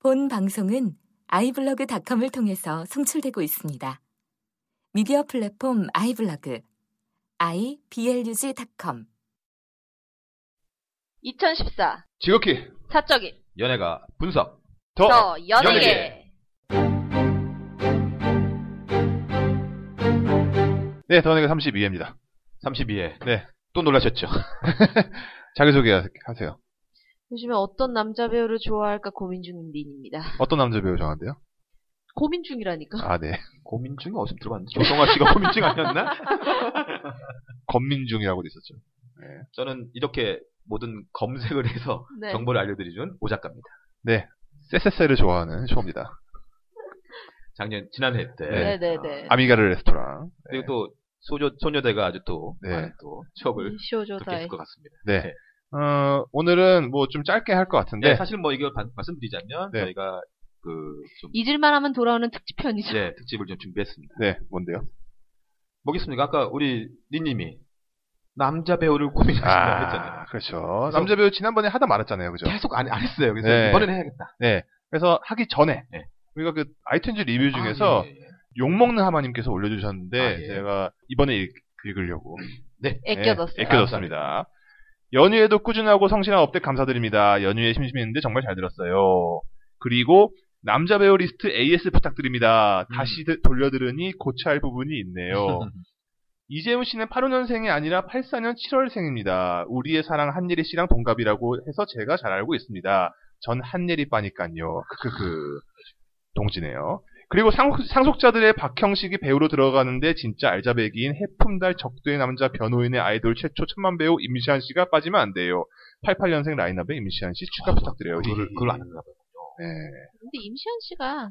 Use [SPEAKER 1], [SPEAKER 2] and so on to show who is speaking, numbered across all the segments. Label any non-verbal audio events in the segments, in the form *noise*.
[SPEAKER 1] 본 방송은 아이블로그닷컴을 통해서 송출되고 있습니다. 미디어 플랫폼 아이블로그 iblog.com
[SPEAKER 2] 2014
[SPEAKER 3] 지극히
[SPEAKER 2] 사적인
[SPEAKER 3] 연예가 분석
[SPEAKER 2] 더 연예계
[SPEAKER 3] 네, 더 연예계 32회입니다. 32회. 네, 또 놀라셨죠? *laughs* 자기소개 하세요.
[SPEAKER 2] 요즘에 어떤 남자 배우를 좋아할까 고민 중인 린입니다.
[SPEAKER 3] 어떤 남자 배우 정한대요?
[SPEAKER 2] 고민 중이라니까.
[SPEAKER 3] 아, 네. 고민중이 어디서 들어봤는데? 조성아 씨가 고민중 아니었나? *laughs* 검민중이라고 돼 있었죠. 네.
[SPEAKER 4] 저는 이렇게 모든 검색을 해서
[SPEAKER 2] 네.
[SPEAKER 4] 정보를 알려드리준 오 작가입니다.
[SPEAKER 3] 쎄쎄쎄를 좋아하는 쇼입니다.
[SPEAKER 4] 작년 지난해 때
[SPEAKER 3] 네.
[SPEAKER 2] 네네네.
[SPEAKER 3] 아미가르 레스토랑.
[SPEAKER 4] 그리고 또 소조 소녀대가 아주 또
[SPEAKER 3] 네.
[SPEAKER 4] 많은 또
[SPEAKER 2] 음,
[SPEAKER 4] 취업을 듣게
[SPEAKER 2] 쇼조다이.
[SPEAKER 4] 했을 것 같습니다.
[SPEAKER 3] 네.
[SPEAKER 4] 네.
[SPEAKER 3] 어, 오늘은 뭐 좀 짧게 할 것 같은데.
[SPEAKER 4] 네, 사실 뭐 이걸 바- 말씀드리자면
[SPEAKER 3] 네.
[SPEAKER 4] 저희가 그좀
[SPEAKER 2] 잊을만 하면 돌아오는 특집편이죠.
[SPEAKER 4] 네, 특집을 좀 준비했습니다.
[SPEAKER 3] 네, 뭔데요?
[SPEAKER 4] 뭐겠습니까? 아까 우리 리님이 남자 배우를 고민하신다 고뭐 했잖아요. 네.
[SPEAKER 3] 아, 그렇죠. 남자 배우 지난번에 하다 말았잖아요. 그죠?
[SPEAKER 4] 계속 안, 안 했어요. 그래서
[SPEAKER 3] 네.
[SPEAKER 4] 이번에는 해야겠다.
[SPEAKER 3] 네. 그래서 하기 전에
[SPEAKER 4] 네.
[SPEAKER 3] 우리가 그 아이튠즈 리뷰 중에서
[SPEAKER 4] 아, 예, 예, 예.
[SPEAKER 3] 욕먹는 하마님께서 올려주셨는데
[SPEAKER 4] 아, 예.
[SPEAKER 3] 제가 이번에 읽, 읽으려고
[SPEAKER 4] *clears throat*
[SPEAKER 2] 예, 애껴졌어요.
[SPEAKER 3] 네, 애껴뒀습니다. 연휴에도 꾸준하고 성실한 업데 감사드립니다. 연휴에 심심했는데 정말 잘 들었어요. 그리고 남자 배우 리스트 AS 부탁드립니다.
[SPEAKER 4] 음.
[SPEAKER 3] 다시 드- 돌려들으니 고쳐야 할 부분이
[SPEAKER 4] *laughs*
[SPEAKER 3] 있네요. 이재훈 씨는 85년생이 아니라 84년 7월생입니다. 우리의 사랑 한예리 씨랑 동갑이라고 해서 제가 잘 알고 있습니다. 전 한예리 빠니깐요. 크크크. 동지네요. 그리고 상속, 자들의 박형식이 배우로 들어가는데 진짜 알자배기인 해품달 적도의 남자 변호인의 아이돌 최초 천만 배우 임시한 씨가 빠지면 안 돼요. 88년생 라인업에 임시한 씨 추가 부탁드려요.
[SPEAKER 4] 아, 그걸 그걸 안 했나 봐요.
[SPEAKER 3] 네.
[SPEAKER 2] 근데 임시현 씨가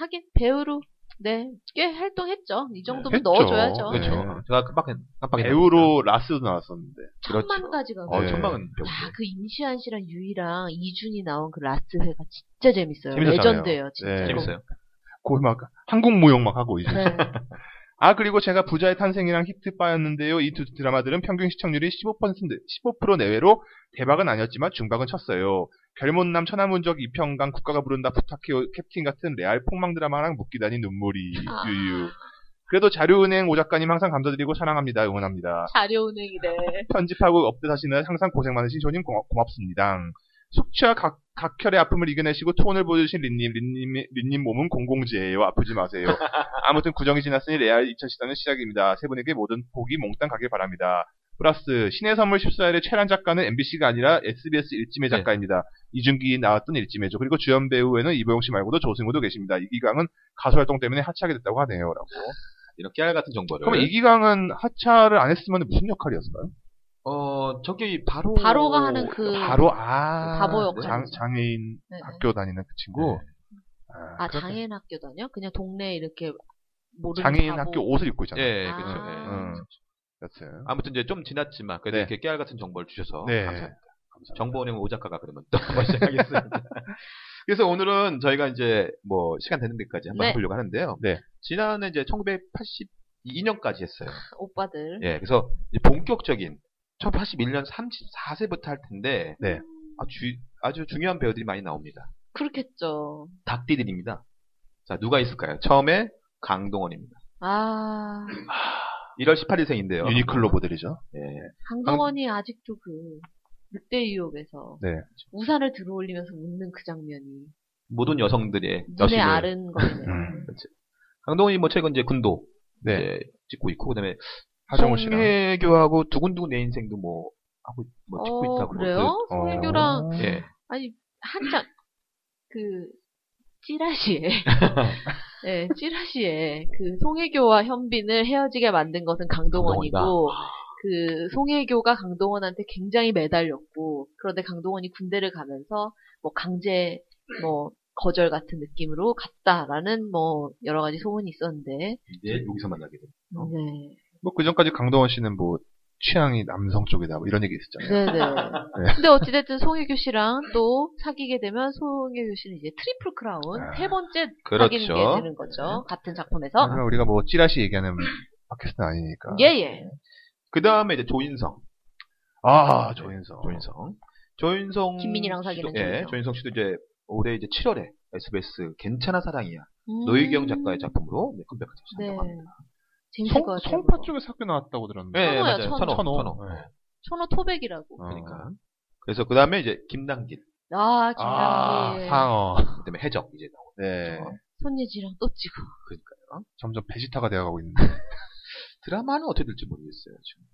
[SPEAKER 2] 하긴 배우로 네꽤 활동했죠. 이 정도면
[SPEAKER 3] 했죠.
[SPEAKER 2] 넣어줘야죠.
[SPEAKER 3] 그렇죠.
[SPEAKER 4] 네. 제가 깜빡 깜빡
[SPEAKER 3] 배우로 라스도 나왔었는데.
[SPEAKER 2] 천만 가지가. 아,
[SPEAKER 4] 어
[SPEAKER 3] 네.
[SPEAKER 4] 천방은 배우.
[SPEAKER 2] 야그 임시한 씨랑 유이랑 이준이 나온 그 라스트 회가 진짜 재밌어요.
[SPEAKER 3] 재밌었잖아요.
[SPEAKER 2] 레전드예요, 진짜.
[SPEAKER 3] 네.
[SPEAKER 4] 재밌어요.
[SPEAKER 3] 거의 막 한국 무용 막 하고 이제.
[SPEAKER 2] 네.
[SPEAKER 3] 아 그리고 제가 부자의 탄생이랑 히트바였는데요. 이 두 드라마들은 평균 시청률이 15% 15% 내외로 대박은 아니었지만 중박은 쳤어요. 결못남 천하문적 이평강 국가가 부른다 부탁해요 캡틴 같은 레알 폭망 드라마랑 묶이다니 눈물이
[SPEAKER 2] 아.
[SPEAKER 3] 유유. 그래도 자료은행 오 작가님 항상 감사드리고 사랑합니다. 응원합니다.
[SPEAKER 2] 자료은행이래.
[SPEAKER 3] 편집하고 업데이트하시는 항상 고생 많으신 쇼님 고, 맙습니다 숙취와 각, 각혈의 아픔을 이겨내시고 톤을 보여주신 린님, 린님, 린님 몸은 공공지예요. 아프지 마세요. 아무튼 구정이 지났으니 레알 2014년 시작입니다. 세 분에게 모든 복이 몽땅 가길 바랍니다. 플러스 신의 선물 14일의 최란 작가는 MBC가 아니라 SBS 일지매
[SPEAKER 4] 네.
[SPEAKER 3] 작가입니다. 이준기 나왔던 일지매죠. 그리고 주연 배우에는 이보영 씨 말고도 조승우도 계십니다. 이기강은 가수 활동 때문에 하차하게 됐다고 하네요. 라고.
[SPEAKER 4] 이런 깨알 같은 정보를.
[SPEAKER 3] 그럼 이기강은 하차를 안 했으면 무슨 역할이었을까요?
[SPEAKER 4] 어, 저기 바로
[SPEAKER 2] 바로가 하는 그
[SPEAKER 3] 바로 아
[SPEAKER 2] 바보 역할.
[SPEAKER 3] 장, 장애인
[SPEAKER 2] 네, 네.
[SPEAKER 3] 학교 다니는 그 친구 아,
[SPEAKER 2] 아
[SPEAKER 3] 그렇게-
[SPEAKER 2] 장애인 학교 다녀? 그냥 동네에 이렇게 모르는
[SPEAKER 3] 장애인
[SPEAKER 2] 바보.
[SPEAKER 3] 학교 옷을 입고 있잖아요
[SPEAKER 4] 예,
[SPEAKER 2] 아.
[SPEAKER 4] 그렇죠.
[SPEAKER 3] 음. 여튼
[SPEAKER 4] 아무튼 이제 좀 지났지만 그래도
[SPEAKER 3] 네.
[SPEAKER 4] 이렇게 깨알 같은 정보를 주셔서
[SPEAKER 3] 네.
[SPEAKER 4] 감사합니다.
[SPEAKER 3] 감사합니다.
[SPEAKER 4] 정보은행 오작가가 그러면 또 한번 시작하겠습니다. *laughs* 그래서 오늘은 저희가 이제 뭐 시간 되는 데까지 한번
[SPEAKER 2] 네.
[SPEAKER 4] 해보려고 하는데요.
[SPEAKER 3] 네.
[SPEAKER 4] 지난해 이제 1982년까지 했어요.
[SPEAKER 2] 오빠들.
[SPEAKER 4] 예, 그래서 이제 본격적인 1981년 34세부터 할 텐데
[SPEAKER 3] 네.
[SPEAKER 4] 아주, 아주 중요한 배우들이 많이 나옵니다.
[SPEAKER 2] 그렇겠죠.
[SPEAKER 4] 닭띠들입니다. 자, 누가 있을까요? 처음에 강동원입니다.
[SPEAKER 2] 아
[SPEAKER 4] 1월 18일생인데요.
[SPEAKER 3] 유니클로 모델이죠
[SPEAKER 2] 어.
[SPEAKER 4] 예.
[SPEAKER 2] 강동원이 아직도 그 늑대 유혹에서
[SPEAKER 3] 네.
[SPEAKER 2] 우산을 들어올리면서 웃는 그 장면이
[SPEAKER 4] 모든 여성들의
[SPEAKER 2] 눈에
[SPEAKER 4] 여신을
[SPEAKER 2] 아른 거네요.
[SPEAKER 3] 음.
[SPEAKER 4] 강동원이 뭐 최근 이제 군도
[SPEAKER 3] 네
[SPEAKER 4] 이제 찍고 있고 그다음에
[SPEAKER 3] 하정우 씨랑
[SPEAKER 4] 송혜교하고 두근두근 내 인생도 뭐 하고 뭐 찍고
[SPEAKER 2] 어
[SPEAKER 4] 있다고
[SPEAKER 2] 그래요? 음.
[SPEAKER 3] 어.
[SPEAKER 2] 송혜교랑
[SPEAKER 4] 그- 예.
[SPEAKER 2] 아니 한창 그 *laughs* 찌라시에 예 찌라시에 그 송혜교와 현빈을 헤어지게 만든 것은 강동원이고
[SPEAKER 4] 강동원이다.
[SPEAKER 2] 그 송혜교가 강동원한테 굉장히 매달렸고 그런데 강동원이 군대를 가면서 뭐 강제 뭐 거절 같은 느낌으로 갔다라는 뭐 여러 가지 소문이 있었는데
[SPEAKER 4] 이제 여기서 만나게 됩니다. 어?
[SPEAKER 2] 네
[SPEAKER 3] 뭐그 전까지 강동원 씨는 뭐 취향이 남성 쪽이다 뭐 이런 얘기 있었잖아요
[SPEAKER 2] *laughs* 네네 근데 어찌됐든 송혜교 씨랑 또 사귀게 되면 송혜교 씨는 이제 트리플 크라운
[SPEAKER 3] 아,
[SPEAKER 2] 세 번째
[SPEAKER 4] 그렇죠. 네. 아.
[SPEAKER 2] 사귀는 게 되는 거죠 같은 작품에서
[SPEAKER 3] 하지만 우리가 뭐 찌라시 얘기하는 팟캐스트는 아니니까
[SPEAKER 2] 예예
[SPEAKER 4] 그 다음에 이제 조인성,
[SPEAKER 2] 네.
[SPEAKER 3] 아 조인성
[SPEAKER 4] 조인성, 조인성
[SPEAKER 2] 김민희랑 사귀는
[SPEAKER 4] 씨도, 예,
[SPEAKER 2] 조인성.
[SPEAKER 4] 조인성 씨도 이제 올해 이제 7월에 SBS 괜찮아 사랑이야 노희경 작가의 작품으로 네, 컴백하자
[SPEAKER 2] 음. 네.
[SPEAKER 4] 한다고 합니다.
[SPEAKER 2] 재밌을 것
[SPEAKER 3] 성,
[SPEAKER 2] 같아요.
[SPEAKER 3] 성파
[SPEAKER 2] 그거.
[SPEAKER 3] 쪽에서 학교 나왔다고 들었는데.
[SPEAKER 4] 네,
[SPEAKER 2] 천호야,
[SPEAKER 4] 맞아요.
[SPEAKER 2] 천호.
[SPEAKER 4] 천호.
[SPEAKER 3] 천호.
[SPEAKER 4] 천호.
[SPEAKER 3] 네.
[SPEAKER 2] 천호 토백이라고.
[SPEAKER 4] 그러니까. 그래서 그 다음에 이제 김남길
[SPEAKER 2] 아,
[SPEAKER 3] 아,
[SPEAKER 2] 김남길.
[SPEAKER 3] 상어.
[SPEAKER 4] 그다음에 해적 이제 나오죠.
[SPEAKER 3] 네.
[SPEAKER 2] 손예지랑 또 찍어.
[SPEAKER 4] 그러니까요.
[SPEAKER 3] 점점 베지타가 되어가고 있는데.
[SPEAKER 4] 드라마는 어떻게 될지 모르겠어요 지금.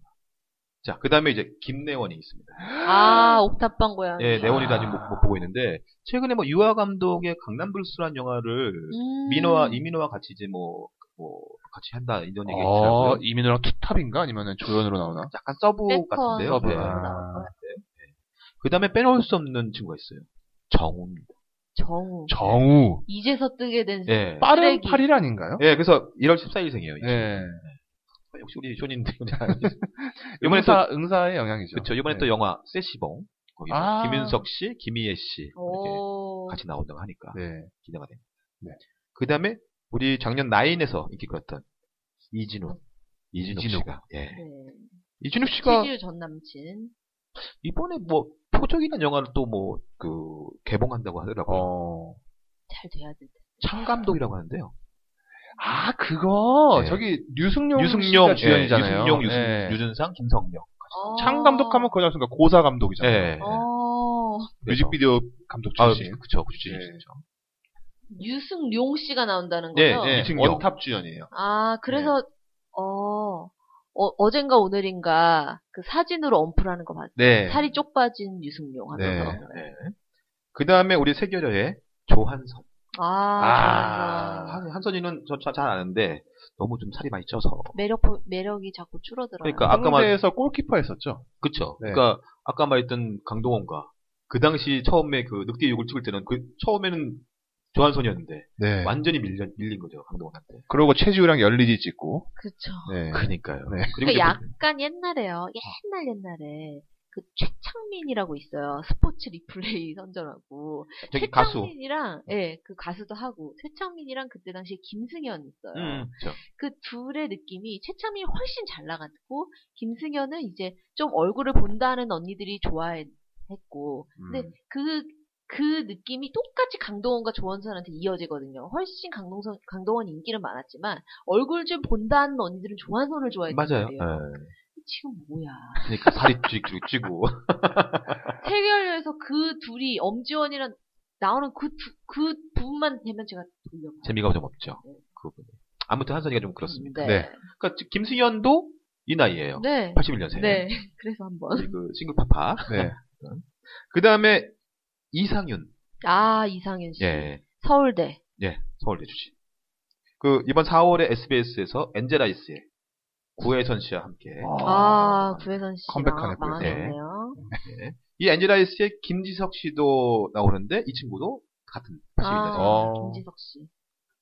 [SPEAKER 4] 자 그다음에 이제 김내원이 있습니다.
[SPEAKER 2] 아, 옥탑방 고양이.
[SPEAKER 4] 예, 내원이도
[SPEAKER 3] 아.
[SPEAKER 4] 아직 못, 못 보고 있는데 최근에 뭐 유아 감독의 강남불스란 영화를
[SPEAKER 2] 음.
[SPEAKER 4] 민호와 이민호와 같이 이제 뭐, 뭐 같이 한다 이런
[SPEAKER 3] 어,
[SPEAKER 4] 얘기 있더라고요.
[SPEAKER 3] 이민호랑 투탑인가? 아니면 조연으로 나오나?
[SPEAKER 4] 약간 서브
[SPEAKER 2] 백펀.
[SPEAKER 4] 같은데요.
[SPEAKER 3] 서브.
[SPEAKER 4] 네.
[SPEAKER 3] 아.
[SPEAKER 4] 그다음에 빼놓을 수 없는 친구가 있어요. 정우입니다.
[SPEAKER 2] 정우.
[SPEAKER 3] 정우.
[SPEAKER 2] 이제서 뜨게 된
[SPEAKER 4] 예.
[SPEAKER 3] 빠른
[SPEAKER 2] 쓰레기.
[SPEAKER 3] 8일 아닌가요?
[SPEAKER 4] 예, 그래서 1월 14일생이에요.
[SPEAKER 3] 네.
[SPEAKER 4] 역시
[SPEAKER 3] *laughs*
[SPEAKER 4] 우리 쇼님들. 이번에 또 아,
[SPEAKER 3] 응사, 응사의 영향이죠.
[SPEAKER 4] 그렇죠. 이번에
[SPEAKER 3] 네.
[SPEAKER 4] 또 영화 세시봉 거기 뭐
[SPEAKER 3] 아.
[SPEAKER 4] 김윤석 씨, 김희애 씨 이렇게
[SPEAKER 2] 오.
[SPEAKER 4] 같이 나온다고 하니까
[SPEAKER 3] 네.
[SPEAKER 4] 기대가 됩니다.
[SPEAKER 3] 네.
[SPEAKER 4] 그다음에 우리 작년 나인에서 인기 끌었던 이진욱, 이진욱,
[SPEAKER 3] 이진욱.
[SPEAKER 4] 씨가 예.
[SPEAKER 2] 네.
[SPEAKER 4] 이진욱 씨가
[SPEAKER 2] 치즈 전 남친.
[SPEAKER 4] 이번에 뭐 표적이라는 영화를 또 뭐 그 개봉한다고 하더라고요.
[SPEAKER 3] 어.
[SPEAKER 2] 잘 돼야 돼.
[SPEAKER 4] 창 감독이라고 하는데요.
[SPEAKER 3] 아, 그거.
[SPEAKER 4] 네.
[SPEAKER 3] 저기, 류승룡. 씨가
[SPEAKER 4] 유승용
[SPEAKER 3] 주연이잖아요.
[SPEAKER 4] 예, 유승용, 유승,
[SPEAKER 3] 네. 아.
[SPEAKER 4] 유준상, 김성령.
[SPEAKER 2] 어.
[SPEAKER 3] 창 감독하면 그냥 그러니까 고사 감독이잖아요.
[SPEAKER 4] 예.
[SPEAKER 2] 어.
[SPEAKER 4] 그래서-
[SPEAKER 3] 뮤직비디오 감독
[SPEAKER 4] 아,
[SPEAKER 3] 출신.
[SPEAKER 4] 그쵸, 그쵸, 출신.
[SPEAKER 3] 예.
[SPEAKER 2] 유승용 씨가 나온다는
[SPEAKER 4] 예,
[SPEAKER 2] 거죠?
[SPEAKER 3] 어.
[SPEAKER 4] 예. 유승용.
[SPEAKER 3] 원탑 주연이에요.
[SPEAKER 2] 아, 그래서
[SPEAKER 4] 네.
[SPEAKER 2] 어. 어, 어젠가 오늘인가 그 사진으로 언플하는 거 봤어요.
[SPEAKER 3] 네.
[SPEAKER 2] 살이 쪽 빠진 유승용 하면서.
[SPEAKER 3] 네.
[SPEAKER 4] 그 다음에 우리 세결여의 조한선.
[SPEAKER 2] 아,
[SPEAKER 3] 아.
[SPEAKER 2] 아.
[SPEAKER 4] 한, 한선이는 저잘 아는데, 너무 좀 살이 많이 쪄서.
[SPEAKER 2] 매력 매력이 자꾸 줄어들어요.
[SPEAKER 4] 그러니까 아까 말,
[SPEAKER 3] 홍대에서 골키퍼 했었죠.
[SPEAKER 4] 그쵸.
[SPEAKER 3] 네.
[SPEAKER 4] 그러니까 아까 말했던 강동원과, 그 당시 처음에 그 늑대 욕을 찍을 때는 그, 처음에는 조한선이었는데,
[SPEAKER 3] 네.
[SPEAKER 4] 완전히 밀려, 밀린 거죠, 강동원한테.
[SPEAKER 3] 그리고 최지우랑 열리지 찍고.
[SPEAKER 2] 그쵸.
[SPEAKER 3] 네.
[SPEAKER 4] 그니까요.
[SPEAKER 3] 네.
[SPEAKER 2] 그러니까
[SPEAKER 4] 그리고 이제 뭐
[SPEAKER 2] 약간 옛날에요. 옛날 옛날에 그 최창민이라고 있어요. 스포츠 리플레이 *laughs* 선전하고
[SPEAKER 4] 그- 저기 가수.
[SPEAKER 2] 최창민이랑 예, 그 가수도 하고 최창민이랑 그때 당시에 김승현 있어요.
[SPEAKER 4] 음, 그쵸.
[SPEAKER 2] 그 둘의 느낌이 최창민이 훨씬 잘 나갔고 김승현은 이제 좀 얼굴을 본다는 언니들이 좋아했고 근데
[SPEAKER 3] 음.
[SPEAKER 2] 그, 그 느낌이 똑같이 강동원과 조원선한테 이어지거든요. 훨씬 강동선, 강동원 인기는 많았지만, 얼굴 좀 본다는 언니들은 조원선을 좋아했단
[SPEAKER 4] 맞아요.
[SPEAKER 2] 말이에요.
[SPEAKER 4] 예.
[SPEAKER 2] 지금 뭐야.
[SPEAKER 4] 그러니까 살이 *laughs* 쭉 찌고.
[SPEAKER 2] 세계열에서 그 둘이, 엄지원이랑 나오는 그 두, 그 부분만 되면 제가 돌려봐요.
[SPEAKER 4] 재미가 좀 없죠.
[SPEAKER 2] 네.
[SPEAKER 4] 그 부분이. 아무튼 한선이가 좀 그렇습니다.
[SPEAKER 2] 네.
[SPEAKER 4] 그러니까 지- 김승현도 이 나이예요.
[SPEAKER 2] 네.
[SPEAKER 4] 81년생.
[SPEAKER 2] 네. *laughs* 그래서 한번.
[SPEAKER 4] 그 싱글파파.
[SPEAKER 3] 네.
[SPEAKER 4] 그 다음에 이상윤.
[SPEAKER 2] 아, 이상현 씨.
[SPEAKER 4] 예.
[SPEAKER 2] 서울대.
[SPEAKER 4] 예. 서울대 출신. 그 이번 4월에 SBS에서 엔젤아이스의 구혜선 씨와 함께
[SPEAKER 3] 네.
[SPEAKER 2] 아, 구혜선 씨.
[SPEAKER 3] 컴백하네, 구혜선.
[SPEAKER 4] 예.
[SPEAKER 2] 망했네요.
[SPEAKER 4] 이 엔젤아이스의 김지석 씨도 나오는데 이 친구도 같은 81년생.
[SPEAKER 2] 아,
[SPEAKER 3] 어.
[SPEAKER 2] 김지석 씨.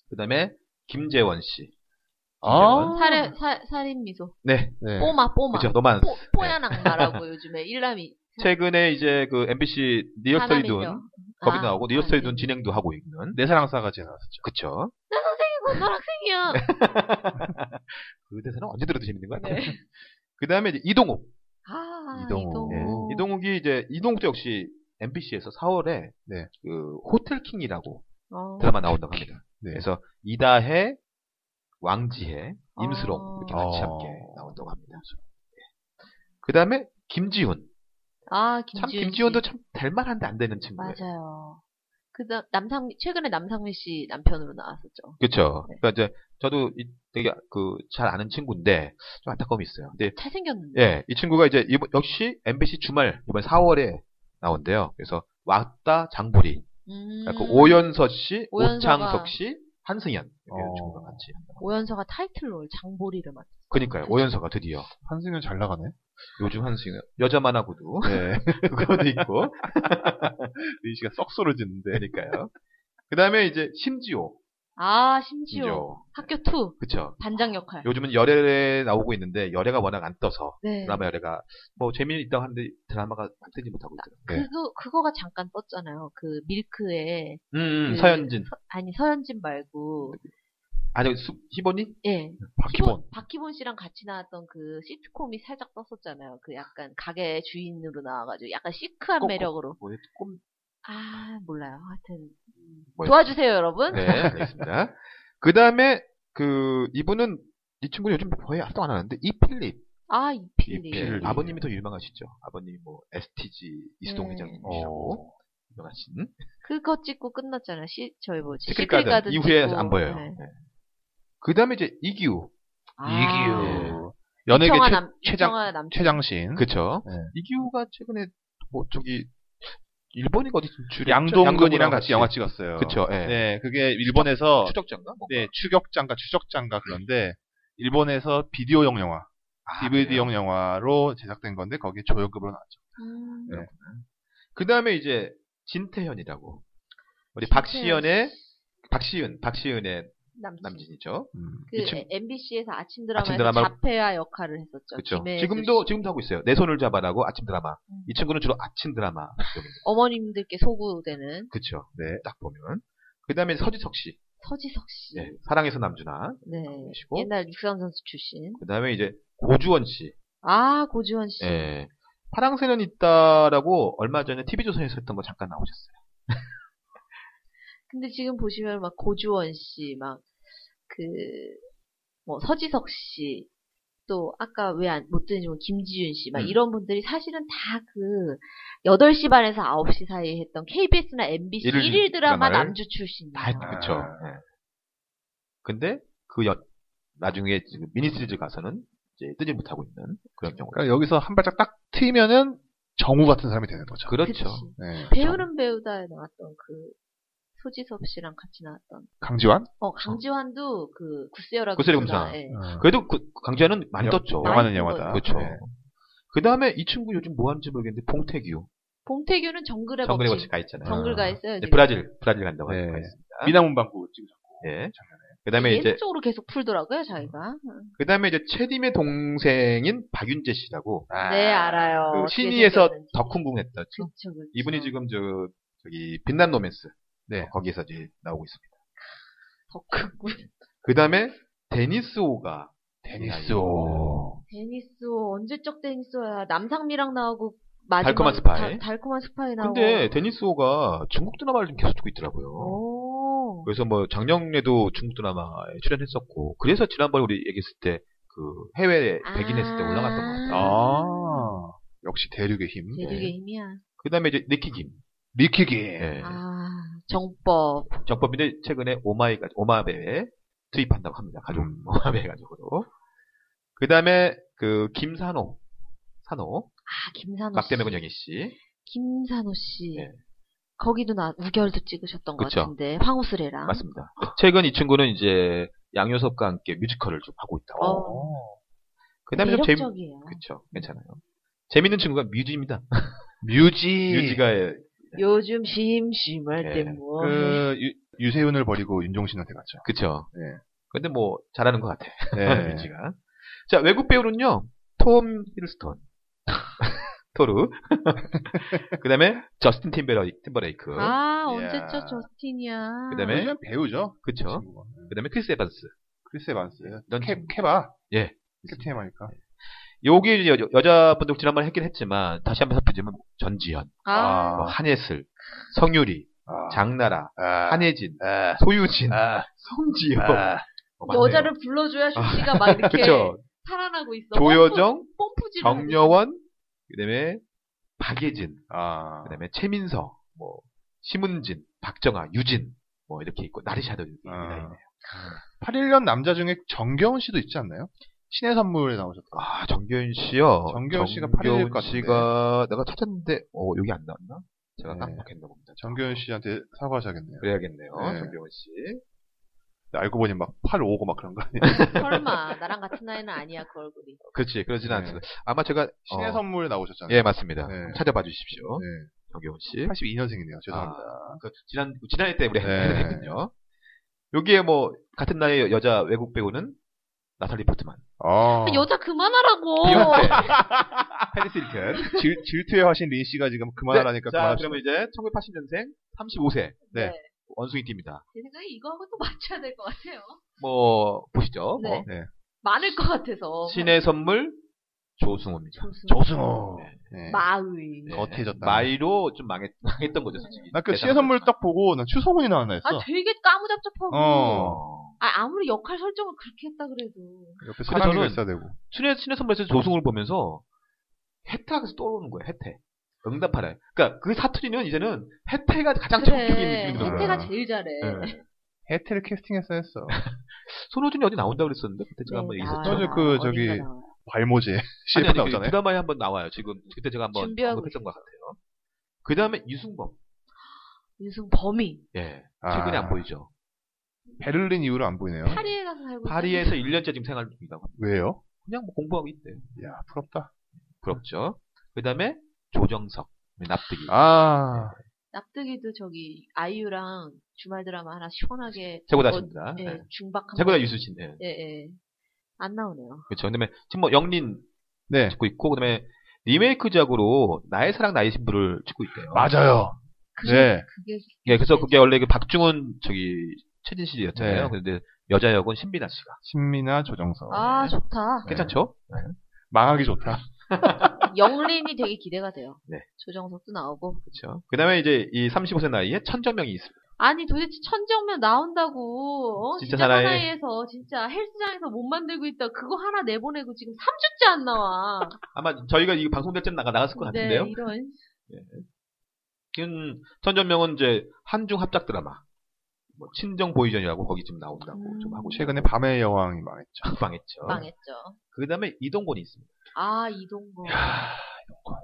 [SPEAKER 4] 그 다음에 김재원 씨.
[SPEAKER 3] 아.
[SPEAKER 2] 살인, 살, 살인 미소.
[SPEAKER 4] 네.
[SPEAKER 3] 네.
[SPEAKER 2] 뽀마, 뽀마.
[SPEAKER 4] 그죠. 네. 너만
[SPEAKER 2] 뽀, 뽀얀
[SPEAKER 4] *laughs*
[SPEAKER 2] 악마라고 요즘에 일남이
[SPEAKER 4] 최근에 이제 그 MBC 니얼스터리 둔
[SPEAKER 2] 사람이죠.
[SPEAKER 4] 거기
[SPEAKER 2] 아,
[SPEAKER 4] 나오고 니얼스터리
[SPEAKER 2] 아,
[SPEAKER 4] 둔
[SPEAKER 2] 네.
[SPEAKER 4] 진행도 하고 있는.
[SPEAKER 3] 내
[SPEAKER 4] 네
[SPEAKER 3] 네 사랑 싸가지 나왔었죠.
[SPEAKER 4] 그쵸.
[SPEAKER 2] 이건 너 학생이야.
[SPEAKER 4] 네. 그 대사는 언제 들어도 재밌는 것 같아요.
[SPEAKER 2] 네.
[SPEAKER 4] *laughs* 그 다음에 이제 이동욱. 예.
[SPEAKER 2] 아,
[SPEAKER 3] 이동욱.
[SPEAKER 2] 이동욱.
[SPEAKER 3] 네.
[SPEAKER 4] 이동욱이 이제, 이동욱도 역시 MBC에서 4월에
[SPEAKER 3] 네.
[SPEAKER 4] 그 호텔킹이라고
[SPEAKER 2] 어.
[SPEAKER 4] 드라마 나온다고 합니다.
[SPEAKER 3] 네.
[SPEAKER 4] 그래서 이다혜, 왕지혜, 임수롱
[SPEAKER 2] 아.
[SPEAKER 4] 이렇게 같이
[SPEAKER 3] 아.
[SPEAKER 4] 함께 나온다고 합니다. 그 다음에 김지훈.
[SPEAKER 2] 아,
[SPEAKER 4] 참,
[SPEAKER 2] 김지훈. 씨.
[SPEAKER 4] 김지훈도 참 네. 될만한데 안 되는 친구예요.
[SPEAKER 2] 맞아요. 그, 다음 남상, 최근에 남상민 씨 남편으로 나왔었죠.
[SPEAKER 4] 그쵸.
[SPEAKER 2] 네.
[SPEAKER 4] 그러니까 이제 저도 이- 되게 그 잘 아는 친구인데 좀 안타까움이 있어요. 근데
[SPEAKER 2] 잘생겼는데.
[SPEAKER 4] 예, 이 친구가 이제 이번- 역시 MBC 주말 이번 4월에 나온대요. 그래서 왔다 장보리,
[SPEAKER 2] 음,
[SPEAKER 4] 그러니까 그 오연서 씨,
[SPEAKER 2] 오연서가-
[SPEAKER 4] 오창석 씨, 한승현 이렇게
[SPEAKER 3] 어.
[SPEAKER 4] 친구가 같이. 한다고.
[SPEAKER 2] 오연서가 타이틀롤 장보리를 맡았어.
[SPEAKER 4] 그러니까요. 오연서가 드디어
[SPEAKER 3] 한승현 잘 나가네.
[SPEAKER 4] 요즘 한승현 여자만 하고도
[SPEAKER 3] 네.
[SPEAKER 4] *laughs* 그것도 있고 *laughs*
[SPEAKER 3] 이 씨가 썩 소를 짓는데.
[SPEAKER 4] 그러니까요. 그 다음에 이제 심지호,
[SPEAKER 2] 아, 심지어. 학교 2.
[SPEAKER 4] 그쵸.
[SPEAKER 2] 반장 역할.
[SPEAKER 4] 요즘은 열애에 나오고 있는데 열애가 워낙 안 떠서
[SPEAKER 2] 네.
[SPEAKER 4] 드라마 열애가 뭐 재미는 있다고 하는데 드라마가 안 뜨지 못하고 있더라고요.
[SPEAKER 2] 그거, 그거가 잠깐 떴잖아요. 그 밀크의.
[SPEAKER 4] 음, 음,
[SPEAKER 2] 그-
[SPEAKER 4] 서현진,
[SPEAKER 2] 서- 아니, 서현진 말고.
[SPEAKER 4] 아니 수, 희bon이
[SPEAKER 2] 예,
[SPEAKER 3] 박희본.
[SPEAKER 2] 박희본- 박희본 씨랑 같이 나왔던 그 시트콤이 살짝 떴었잖아요. 그 약간 가게 주인으로 나와가지고 약간 시크한
[SPEAKER 4] 꼬-
[SPEAKER 2] 매력으로.
[SPEAKER 4] 뭐, 꼼,
[SPEAKER 2] 아, 몰라요. 하여튼. 음,
[SPEAKER 4] 뭐였지?
[SPEAKER 2] 도와주세요, 여러분.
[SPEAKER 4] 네, 알겠습니다. 그 다음에, 그, 이분은, 이 친구는 요즘 거의 활동 안 하는데, 이필립.
[SPEAKER 2] 아, 이필리.
[SPEAKER 3] 이필리.
[SPEAKER 4] 아버님이 더 유명하시죠. 아버님이 뭐, STG 이수동
[SPEAKER 2] 네.
[SPEAKER 4] 회장님이시라고. 유명하신.
[SPEAKER 2] 그거 찍고 끝났잖아요. 시, 저희 뭐지?
[SPEAKER 4] 시크릿 가든. 이후에
[SPEAKER 2] 찍고.
[SPEAKER 4] 안 보여요.
[SPEAKER 2] 네.
[SPEAKER 4] 그 다음에 이제 이기우. 네. 어,
[SPEAKER 2] 아,
[SPEAKER 3] 이기우. 연예계
[SPEAKER 2] 이청아
[SPEAKER 3] 최,
[SPEAKER 2] 남,
[SPEAKER 3] 최장-
[SPEAKER 2] 이청아 남,
[SPEAKER 3] 최장신.
[SPEAKER 4] 그쵸.
[SPEAKER 3] 네.
[SPEAKER 4] 이기우가 최근에, 뭐, 저기, 일본인가 어디 출연
[SPEAKER 3] 양동근이랑 같이 영화 찍었어요.
[SPEAKER 4] 그쵸, 예.
[SPEAKER 3] 네, 그게 일본에서
[SPEAKER 4] 추적자인가? 뭔가.
[SPEAKER 3] 네, 추격장과 추적장과 그런데 일본에서 비디오용 영화,
[SPEAKER 4] 아, 그래요?
[SPEAKER 3] DVD용 영화로 제작된 건데 거기에 조연급으로 나왔죠.
[SPEAKER 2] 음,
[SPEAKER 3] 네.
[SPEAKER 4] 그 다음에 이제 진태현이라고. 우리
[SPEAKER 2] 진태현.
[SPEAKER 4] 박시연의 박시은, 박시은의
[SPEAKER 2] 남친.
[SPEAKER 4] 남진이죠.
[SPEAKER 3] 음.
[SPEAKER 2] 그
[SPEAKER 4] 이 친구-
[SPEAKER 2] MBC에서 아침 드라마에서
[SPEAKER 4] 아침 드라마-
[SPEAKER 2] 자폐아 역할을 했었죠.
[SPEAKER 4] 그렇죠.
[SPEAKER 2] 김혜수
[SPEAKER 4] 지금도
[SPEAKER 2] 씨.
[SPEAKER 4] 지금도 하고 있어요. 내 손을 잡아라고 아침 드라마.
[SPEAKER 2] 음.
[SPEAKER 4] 이 친구는 주로 아침 드라마. *laughs*
[SPEAKER 2] 어머님들께 소구되는
[SPEAKER 4] 그렇죠.
[SPEAKER 3] 네.
[SPEAKER 4] 딱 보면. 그다음에 서지석 씨.
[SPEAKER 2] 서지석 씨.
[SPEAKER 4] 예,
[SPEAKER 2] 네.
[SPEAKER 4] 사랑해서 남준아. 계시고.
[SPEAKER 2] 옛날 육상 선수 출신.
[SPEAKER 4] 그다음에 이제 고주원 씨.
[SPEAKER 2] 아, 고지원 씨.
[SPEAKER 4] 예. 파랑새는 있다라고 얼마 전에 TV조선에서 했던 거 잠깐 나오셨어요.
[SPEAKER 2] 근데 지금 보시면 막 고주원 씨, 막, 그, 뭐, 서지석 씨, 또, 아까 왜 안, 못 드는지 뭐, 김지윤 씨, 막
[SPEAKER 4] 음.
[SPEAKER 2] 이런 분들이 사실은 다 그, 8시 반에서 9시 사이에 했던 KBS나 MBC
[SPEAKER 4] 일일
[SPEAKER 2] 1일 드라마
[SPEAKER 4] 드라마를
[SPEAKER 2] 남주 출신이에요.
[SPEAKER 4] 다 했다. 그쵸. 예. 근데 그 여- 나중에 지금 미니시리즈 가서는 이제 뜨지 못하고 있는 그런 경우.
[SPEAKER 3] 그러니까 여기서 한 발짝 딱 트이면은 정우 같은 사람이 되는 거죠.
[SPEAKER 4] 그렇죠.
[SPEAKER 2] 그치.
[SPEAKER 3] 네.
[SPEAKER 2] 배우는 배우다에 나왔던 그, 소지섭 씨랑 같이 나왔던,
[SPEAKER 3] 강지환?
[SPEAKER 2] 어, 강지환도 그, 구스여라
[SPEAKER 4] 구스여라
[SPEAKER 2] 군사,
[SPEAKER 4] 군사.
[SPEAKER 2] 예.
[SPEAKER 3] 어.
[SPEAKER 4] 그래도 그, 강제는 많이
[SPEAKER 3] 여-
[SPEAKER 4] 떴죠.
[SPEAKER 2] 많이
[SPEAKER 3] 영화는 영화다.
[SPEAKER 4] 그렇죠.
[SPEAKER 3] 네.
[SPEAKER 4] 그 다음에 이 친구 요즘 뭐 하는지 모르겠는데 봉태규
[SPEAKER 2] 봉태규는 정글의
[SPEAKER 4] 정글의
[SPEAKER 2] 법칙.
[SPEAKER 4] 거치 가 있잖아요.
[SPEAKER 2] 정글 가
[SPEAKER 3] 아.
[SPEAKER 2] 있어요.
[SPEAKER 4] 네,
[SPEAKER 2] 지금.
[SPEAKER 4] 브라질 브라질 간다고
[SPEAKER 3] 네.
[SPEAKER 4] 하고 있습니다.
[SPEAKER 3] 미나문방구 지금
[SPEAKER 4] 예. 그다음에 이제
[SPEAKER 2] 예능적으로 계속 풀더라고요, 자기가.
[SPEAKER 4] 그다음에 이제 채림의 동생인 박윤재 씨라고
[SPEAKER 2] 네, 알아요.
[SPEAKER 4] 그
[SPEAKER 2] 어떻게
[SPEAKER 4] 신의에서
[SPEAKER 2] 생겼는지. 음.
[SPEAKER 4] 덕훈궁했던
[SPEAKER 2] 그쵸, 그쵸.
[SPEAKER 4] 이분이 지금 저 저기 빛난 로맨스 어,
[SPEAKER 3] 네.
[SPEAKER 4] 거기에서 이제 나오고 있습니다.
[SPEAKER 2] 덕후군.
[SPEAKER 4] 그다음에 데니스 오가
[SPEAKER 3] 데니스 오.
[SPEAKER 2] *laughs* 데니스 언제적 데니스야. 남상미랑 나오고 마지막
[SPEAKER 4] 달콤한 스파이.
[SPEAKER 2] 다- 달콤한 스파이 나오고.
[SPEAKER 4] 네, 근데 데니스 오가 중국 드라마를 좀 계속 찍고 있더라고요.
[SPEAKER 2] 오.
[SPEAKER 4] 그래서 뭐 작년에도 중국 드라마에 출연했었고 그래서 지난번에 우리 얘기했을 때 그 해외
[SPEAKER 2] 아.
[SPEAKER 4] 백인했을 때 올라갔던 것 같아요. 아.
[SPEAKER 3] 아. 역시 대륙의 힘.
[SPEAKER 2] 대륙의 힘이야.
[SPEAKER 4] 네. 그다음에 이제 니키김.
[SPEAKER 3] 리키기.
[SPEAKER 4] 예.
[SPEAKER 2] 아, 정법.
[SPEAKER 4] 정법인데 최근에 오마이 가 오마베에 투입한다고 합니다. 가족
[SPEAKER 3] 음.
[SPEAKER 4] 오마베 가족으로. 그다음에 그 김산호. 산호.
[SPEAKER 2] 아, 김산호 씨.
[SPEAKER 4] 막대매군 영희 씨.
[SPEAKER 2] 김산호 씨.
[SPEAKER 4] 예.
[SPEAKER 2] 거기도 나 우결도 찍으셨던 것
[SPEAKER 4] 그쵸.
[SPEAKER 2] 같은데 황우스레랑.
[SPEAKER 4] 맞습니다. 최근 이 친구는 이제 양효섭과 함께 뮤지컬을 좀 하고 있다.
[SPEAKER 2] 어.
[SPEAKER 4] 그다음에 좀 재미
[SPEAKER 2] 매력적이에요.
[SPEAKER 4] 그렇죠. 괜찮아요. 재밌는 친구가 뮤지입니다.
[SPEAKER 3] 뮤지.
[SPEAKER 4] 뮤지가
[SPEAKER 2] 요즘 심심할
[SPEAKER 4] 그- 예.
[SPEAKER 2] 때 뭐.
[SPEAKER 3] 그 유, 세윤을 버리고 윤종신한테 갔죠.
[SPEAKER 4] 그렇죠.
[SPEAKER 3] 네.
[SPEAKER 4] 근데 뭐 잘하는 것 같아.
[SPEAKER 3] 네.
[SPEAKER 4] *laughs* 뮤지가. 자 외국 배우는요. 톰 힐스턴. *laughs* 토르. *laughs* 그다음에 저스틴 팀버레이, 팀버레이크.
[SPEAKER 2] 아,
[SPEAKER 3] 야.
[SPEAKER 2] 언제적 저스틴이야.
[SPEAKER 4] 그다음에
[SPEAKER 3] 요즘 아, 배우죠. 그
[SPEAKER 4] 그쵸.
[SPEAKER 3] 친구가. 네.
[SPEAKER 4] 그다음에 크리스 에반스.
[SPEAKER 3] 크리스 에반스.
[SPEAKER 4] 넌
[SPEAKER 3] 캐,
[SPEAKER 4] 좀-
[SPEAKER 3] 캐바.
[SPEAKER 4] 예.
[SPEAKER 3] 캡틴 아메리카.
[SPEAKER 4] 요게 이제 여, 여자분들 지난번에 했긴 했지만 다시 한번 살펴보면 전지현,
[SPEAKER 2] 아,
[SPEAKER 4] 뭐 한예슬, 성유리,
[SPEAKER 3] 아.
[SPEAKER 4] 장나라,
[SPEAKER 3] 아.
[SPEAKER 4] 한예진,
[SPEAKER 3] 아.
[SPEAKER 4] 소유진,
[SPEAKER 3] 아.
[SPEAKER 4] 성지효.
[SPEAKER 3] 아.
[SPEAKER 4] 어, 맞네요.
[SPEAKER 2] 그
[SPEAKER 4] 아,
[SPEAKER 2] 여자를 불러줘야 쇼지가 막 이렇게
[SPEAKER 4] *laughs* 그쵸.
[SPEAKER 2] 살아나고 있어.
[SPEAKER 4] 조여정,
[SPEAKER 2] 펌프- 펌프질을
[SPEAKER 4] 정여원, 그다음에 박예진,
[SPEAKER 3] 아.
[SPEAKER 4] 그다음에 최민서, 뭐 심은진, 박정아, 유진, 뭐 이렇게 있고 나리샤도 이렇게
[SPEAKER 3] 아.
[SPEAKER 4] 있네요.
[SPEAKER 3] 81년 남자 중에 정겨운 씨도 있지 않나요? 신의 선물에 나오셨다.
[SPEAKER 4] 아 정겨운 씨요.
[SPEAKER 3] 정겨운 씨가
[SPEAKER 4] 정겨운
[SPEAKER 3] 8일일 것 같은데.
[SPEAKER 4] 씨가 내가 찾았는데 어 여기 안 나왔나? 제가
[SPEAKER 3] 네.
[SPEAKER 4] 깜빡했나 봅니다.
[SPEAKER 3] 정겨운 씨한테 사과하셔야겠네요.
[SPEAKER 4] 그래야겠네요.
[SPEAKER 3] 네.
[SPEAKER 4] 정겨운 씨.
[SPEAKER 3] 근데 알고 보니 막 8오고 막 그런 거
[SPEAKER 4] 어.
[SPEAKER 3] 아니에요?
[SPEAKER 2] 설마 나랑 같은 나이는 아니야 그 얼굴이.
[SPEAKER 4] 그렇지, 그러진
[SPEAKER 3] 네.
[SPEAKER 4] 않습니다. 아마 제가
[SPEAKER 3] 신의
[SPEAKER 4] 어,
[SPEAKER 3] 선물 나오셨잖아요.
[SPEAKER 4] 예, 뭐? 맞습니다.
[SPEAKER 3] 네.
[SPEAKER 4] 한번 찾아봐 주십시오.
[SPEAKER 3] 네.
[SPEAKER 4] 정겨운 씨.
[SPEAKER 3] 82년생이네요. 죄송합니다.
[SPEAKER 4] 아, 그 지난 지난해 때 우리
[SPEAKER 3] 네.
[SPEAKER 4] 했군요. 여기에 뭐 같은 나이 의 여자 외국 배우는 나탈리 포트만,
[SPEAKER 3] 아.
[SPEAKER 2] 여자 그만하라고.
[SPEAKER 4] 어. 비욘세, 페리스 힐튼.
[SPEAKER 3] 질, 질투의 화신 린 씨가 지금 그만하라니까
[SPEAKER 4] 네. 자,
[SPEAKER 3] 그만합시다.
[SPEAKER 4] 그러면 이제 1980년생 35세
[SPEAKER 3] 네.
[SPEAKER 4] 원숭이 띠입니다.
[SPEAKER 2] 제 생각에 이거하고 또 맞춰야 될 것 같아요.
[SPEAKER 4] 뭐 보시죠. 뭐.
[SPEAKER 2] 네. 많을 것 같아서.
[SPEAKER 4] 신의 선물, 조승호입니다.
[SPEAKER 3] 조승호.
[SPEAKER 4] 네.
[SPEAKER 3] 네.
[SPEAKER 2] 마의.
[SPEAKER 4] 네.
[SPEAKER 3] 거태해졌다.
[SPEAKER 4] 마이로 좀 망했, 망했던 거죠, 솔직히.
[SPEAKER 3] 나그 시의 선물 딱 보고 난 추성훈이 나왔나 했어.
[SPEAKER 2] 아, 되게 까무잡잡하고.
[SPEAKER 3] 어.
[SPEAKER 2] 아, 아무리 역할 설정을 그렇게 했다 그래도.
[SPEAKER 3] 옆에
[SPEAKER 4] 근데
[SPEAKER 3] 사랑이가
[SPEAKER 4] 저는-
[SPEAKER 3] 있어야 되고.
[SPEAKER 4] 친해, 친해 선배에서 조승우를 보면서 혜택에서 떠오르는 거예요, 혜택. 응답하래. 그니까 그 사투리는 이제는 혜택가 가장
[SPEAKER 2] 그래.
[SPEAKER 4] 적극적인 느낌이 들어요.
[SPEAKER 2] 네. 혜태가 제일 잘해.
[SPEAKER 4] 네.
[SPEAKER 3] 혜태를 캐스팅했어야
[SPEAKER 4] *laughs*
[SPEAKER 3] 했어.
[SPEAKER 4] 손호준이 어디 나온다고 그랬었는데, 그때
[SPEAKER 2] 네,
[SPEAKER 4] 제가 한번 얘기했었죠.
[SPEAKER 3] 나와요. 그 저기 발모제.
[SPEAKER 4] 아니,
[SPEAKER 3] CF
[SPEAKER 4] 아니, 그
[SPEAKER 3] 나왔잖아요.
[SPEAKER 4] 드라마에 한번 나와요. 지금 그때 제가 한번
[SPEAKER 2] 준비하고
[SPEAKER 4] 언급했던 것 같아요. 그 다음에 이승범.
[SPEAKER 2] 인승 범이
[SPEAKER 4] 예.
[SPEAKER 3] 아.
[SPEAKER 4] 최근에 안 보이죠.
[SPEAKER 3] 베를린 이후로 안 보이네요.
[SPEAKER 2] 파리에 가서 살고
[SPEAKER 4] 파리에서 1년째 지금 생활 중이라고.
[SPEAKER 3] 왜요?
[SPEAKER 4] 그냥 뭐 공부하고 있대요.
[SPEAKER 3] 야, 부럽다.
[SPEAKER 4] 부럽죠. 그 다음에 조정석. 네, 납득이.
[SPEAKER 3] 아,
[SPEAKER 2] 납득이도 저기 아이유랑 주말 드라마 하나 시원하게
[SPEAKER 4] 최고다 십니다.
[SPEAKER 2] 예, 중박 한
[SPEAKER 4] 최고다
[SPEAKER 2] 번-
[SPEAKER 4] 유수진. 예.
[SPEAKER 2] 예, 예. 안 나오네요.
[SPEAKER 4] 그렇죠. 그다음에 지금 뭐 영린
[SPEAKER 3] 네.
[SPEAKER 4] 찍고 있고 그다음에 리메이크작으로 나의 사랑 나의 신부를 찍고 있대요.
[SPEAKER 3] 맞아요.
[SPEAKER 2] 그게,
[SPEAKER 3] 네.
[SPEAKER 2] 그게
[SPEAKER 4] 예, 그래서 그게 원래 그 박중훈 저기 최진 씨였잖아요.
[SPEAKER 3] 네.
[SPEAKER 4] 그런데 여자 역은 신비나 씨가
[SPEAKER 3] 신미나 조정석.
[SPEAKER 2] 아,
[SPEAKER 3] 네.
[SPEAKER 2] 좋다.
[SPEAKER 4] 괜찮죠?
[SPEAKER 3] 망하기 좋다.
[SPEAKER 2] 영린이 되게 기대가 돼요.
[SPEAKER 4] 네.
[SPEAKER 2] 조정석도 나오고.
[SPEAKER 4] 그렇죠. 그다음에 이제 이 35세 나이에 천정명이 있습니다.
[SPEAKER 2] 아니 도대체 천정면 나온다고 어?
[SPEAKER 4] 진짜
[SPEAKER 2] 진짜,
[SPEAKER 4] 사나이.
[SPEAKER 2] 사나이에서 진짜 헬스장에서 몸 만들고 있다 그거 하나 내보내고 지금 3주째 안 나와
[SPEAKER 4] 아마 저희가 이 방송될 쯤 나가 나갔을 것 같은데요.
[SPEAKER 2] 네 이런
[SPEAKER 4] 지금 천정명은 이제 한중 합작 드라마 뭐 친정 보이전이라고 거기 좀 나온다고 *laughs*
[SPEAKER 2] 음.
[SPEAKER 4] 아, 뭐 좀 하고
[SPEAKER 3] 최근에 밤의 여왕이 망했죠.
[SPEAKER 4] 방했죠.
[SPEAKER 2] 망했죠
[SPEAKER 4] 그다음에 이동곤이 있습니다.
[SPEAKER 2] 아 이동건
[SPEAKER 3] 이동건.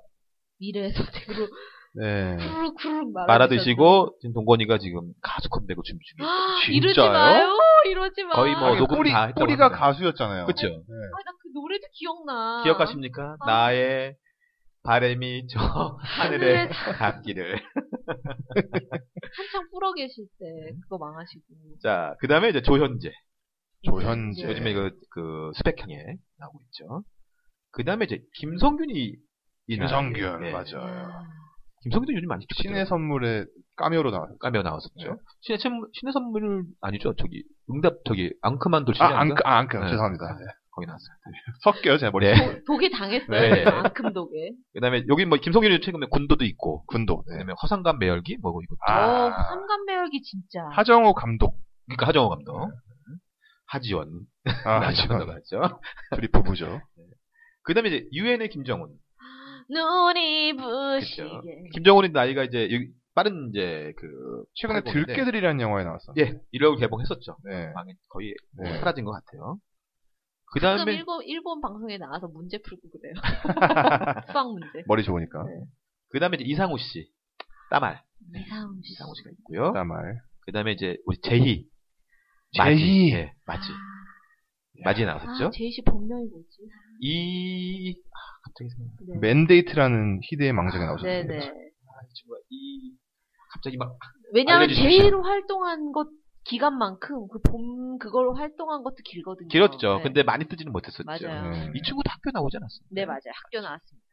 [SPEAKER 2] 미래의 *laughs* 선택으로
[SPEAKER 3] 네.
[SPEAKER 2] 쿠르륵 쿠르륵
[SPEAKER 4] 말아
[SPEAKER 2] 말아
[SPEAKER 4] 드시고 지금 동건이가 지금 가수 컴백을 준비 중이에요.
[SPEAKER 2] 아,
[SPEAKER 3] 진짜요?
[SPEAKER 2] 이러지 마요 이러지 마
[SPEAKER 4] 거의 뭐
[SPEAKER 3] 아니,
[SPEAKER 4] 녹음
[SPEAKER 3] 꼬리,
[SPEAKER 4] 다 했다고
[SPEAKER 3] 꼬리가
[SPEAKER 4] 하는데.
[SPEAKER 3] 가수였잖아요. 네.
[SPEAKER 4] 그렇죠.
[SPEAKER 2] 아나그 노래도 기억나
[SPEAKER 4] 기억하십니까?
[SPEAKER 2] 아.
[SPEAKER 4] 나의 바람이 저 *laughs* 하늘에
[SPEAKER 2] 하늘에
[SPEAKER 4] 닿기를.
[SPEAKER 2] 한창 불어 계실 때 그거 망하시고
[SPEAKER 4] 자, 그다음에 이제 조현재.
[SPEAKER 3] 조현재.
[SPEAKER 2] 이제
[SPEAKER 4] 요즘에 그, 그 수백향에 나오고 있죠. 그다음에 이제 김성균이 이
[SPEAKER 3] 김성균,
[SPEAKER 4] 나이에, 예.
[SPEAKER 3] 맞아.
[SPEAKER 2] 아,
[SPEAKER 4] 김성균도 요즘 많이 찍죠.
[SPEAKER 3] 신의 선물에 까메오로 나왔어요.
[SPEAKER 4] 까며 나왔었죠.
[SPEAKER 3] 네.
[SPEAKER 4] 신의, 선- 신의 선물 아니죠. 저기 응답 저기 앙크만 돌신이
[SPEAKER 3] 아, 안, 아, 안, 아,
[SPEAKER 4] 네.
[SPEAKER 3] 죄송합니다. 네.
[SPEAKER 4] 거기 나왔어요.
[SPEAKER 3] 섞여요, 제 머리.
[SPEAKER 4] 네.
[SPEAKER 3] 에
[SPEAKER 2] 독에 당했어요 그
[SPEAKER 4] 네.
[SPEAKER 2] 만큼 독에
[SPEAKER 4] 그다음에 여기 뭐 김성균이 최근에 군도도 있고
[SPEAKER 3] 군도. 네.
[SPEAKER 4] 그다음에 화상감 매열기 뭐 이거
[SPEAKER 3] 아.
[SPEAKER 2] 어 삼간 매열기 진짜
[SPEAKER 3] 하정우 감독.
[SPEAKER 4] 그러니까 하정우 감독, 하지원,
[SPEAKER 3] 네. 아,
[SPEAKER 4] 하지원
[SPEAKER 3] 하정우.
[SPEAKER 4] 나왔죠.
[SPEAKER 3] 둘이 부부죠.
[SPEAKER 4] 그다음에 이제 유엔의 김정훈.
[SPEAKER 2] 눈이 부시게.
[SPEAKER 4] 김정훈이 나이가 이제 이- 빠른 이제 그
[SPEAKER 3] 최근에
[SPEAKER 4] 팔공인데,
[SPEAKER 3] 아, 들깨들이라는 영화에 나왔어.
[SPEAKER 4] 예, 1월 개봉했었죠.
[SPEAKER 3] 네.
[SPEAKER 4] 망- 거의
[SPEAKER 3] 네.
[SPEAKER 4] 사라진 것 같아요.
[SPEAKER 2] 가끔
[SPEAKER 4] 그다음에
[SPEAKER 2] 일본, 일본 방송에 나와서 문제 풀고
[SPEAKER 4] *laughs*
[SPEAKER 2] 그래요. 수학 문제.
[SPEAKER 3] 머리 좋으니까.
[SPEAKER 4] 그다음에 이제 이상우 씨, 따말
[SPEAKER 2] 이상우 씨.
[SPEAKER 4] 이상우 씨가 있고요.
[SPEAKER 3] 다말.
[SPEAKER 4] 그다음에 이제 우리 제희,
[SPEAKER 3] 제희.
[SPEAKER 4] 마지, 예, 마지,
[SPEAKER 2] 아,
[SPEAKER 3] 예.
[SPEAKER 4] 마지
[SPEAKER 2] 아,
[SPEAKER 4] 나왔었죠.
[SPEAKER 2] 제이 씨 본명이 뭐지?
[SPEAKER 4] 이 아, 갑자기 생각.
[SPEAKER 2] 네.
[SPEAKER 3] 맨데이트라는 희대의 망작에 나오셨어요.
[SPEAKER 2] 네네.
[SPEAKER 4] 아, 이 친구가 이 갑자기 막
[SPEAKER 2] 아, 왜냐면
[SPEAKER 4] 알려주십시오.
[SPEAKER 2] 제이로 활동한 것 기간만큼 그 봄 그걸로 활동한 것도 길거든요.
[SPEAKER 4] 길었죠.
[SPEAKER 2] 네.
[SPEAKER 4] 근데 많이 뜨지는 못했었죠.
[SPEAKER 2] 맞아요.
[SPEAKER 3] 음.
[SPEAKER 4] 이 친구도 학교 나오지 않았어요.
[SPEAKER 2] 네 맞아요. 학교 나왔습니다.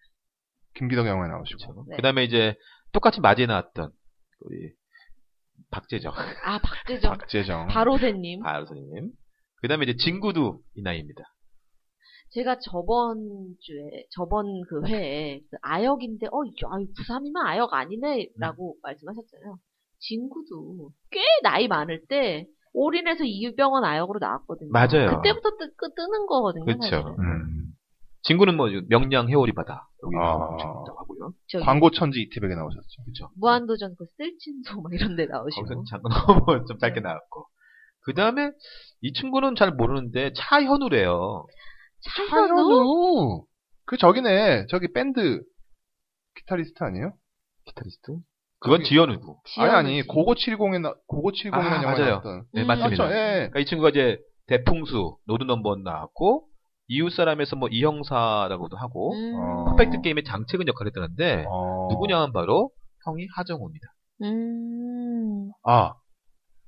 [SPEAKER 3] 김기덕 영화에 나오시고.
[SPEAKER 4] 그렇죠.
[SPEAKER 2] 네.
[SPEAKER 4] 그다음에 이제 똑같이 마지에 나왔던 우리 박재정
[SPEAKER 2] 아 박재정.
[SPEAKER 3] 박재정.
[SPEAKER 2] 바로세님.
[SPEAKER 4] 가수님. 그다음에 이제 진구도 이 나이입니다.
[SPEAKER 2] 제가 저번 주에 저번 그 회에 그 아역인데 어 이게 아유 부삼이면 아역 아니네라고 말씀하셨잖아요. 진구도 꽤 나이 많을 때 올인해서 이유병원 아역으로 나왔거든요.
[SPEAKER 4] 맞아요.
[SPEAKER 2] 그때부터 뜨, 그 뜨는 거거든요.
[SPEAKER 4] 그쵸.
[SPEAKER 2] 사실은.
[SPEAKER 3] 음.
[SPEAKER 4] 진구는 뭐 지금 명량 해오리 바다 여기
[SPEAKER 3] 아.
[SPEAKER 4] 나오고 있다고 하고요.
[SPEAKER 2] 저기
[SPEAKER 3] 광고 천지 이태백에 나오셨죠.
[SPEAKER 4] 그렇죠.
[SPEAKER 2] 무한도전 그 쓸친소 막 이런 데 나오시고.
[SPEAKER 4] 거기서 뭐? 네. 잠깐 *laughs* 너무 좀 짧게 나왔고. 그다음에 이 친구는 잘 모르는데 차현우래요.
[SPEAKER 2] 차현우?
[SPEAKER 3] 그 저기네. 저기 밴드 기타리스트 아니에요?
[SPEAKER 4] 기타리스트? 그건 지현우고.
[SPEAKER 3] 아니 아니.
[SPEAKER 2] 지연우지.
[SPEAKER 3] 고고 70에 나 고고 70이라는 영화에
[SPEAKER 4] 아, 맞아요.
[SPEAKER 3] 나왔던.
[SPEAKER 4] 네
[SPEAKER 2] 음.
[SPEAKER 4] 맞습니다.
[SPEAKER 3] 맞죠. 예.
[SPEAKER 4] 그러니까 이 친구가 이제 대풍수 노드 넘버 나왔고 이웃 사람에서 뭐 이형사라고도 하고
[SPEAKER 2] 음.
[SPEAKER 3] 어.
[SPEAKER 4] 퍼펙트 게임의 장채근 역할을 했다는데
[SPEAKER 3] 어.
[SPEAKER 4] 누구냐면 바로 형이 하정우입니다.
[SPEAKER 2] 음.
[SPEAKER 3] 아.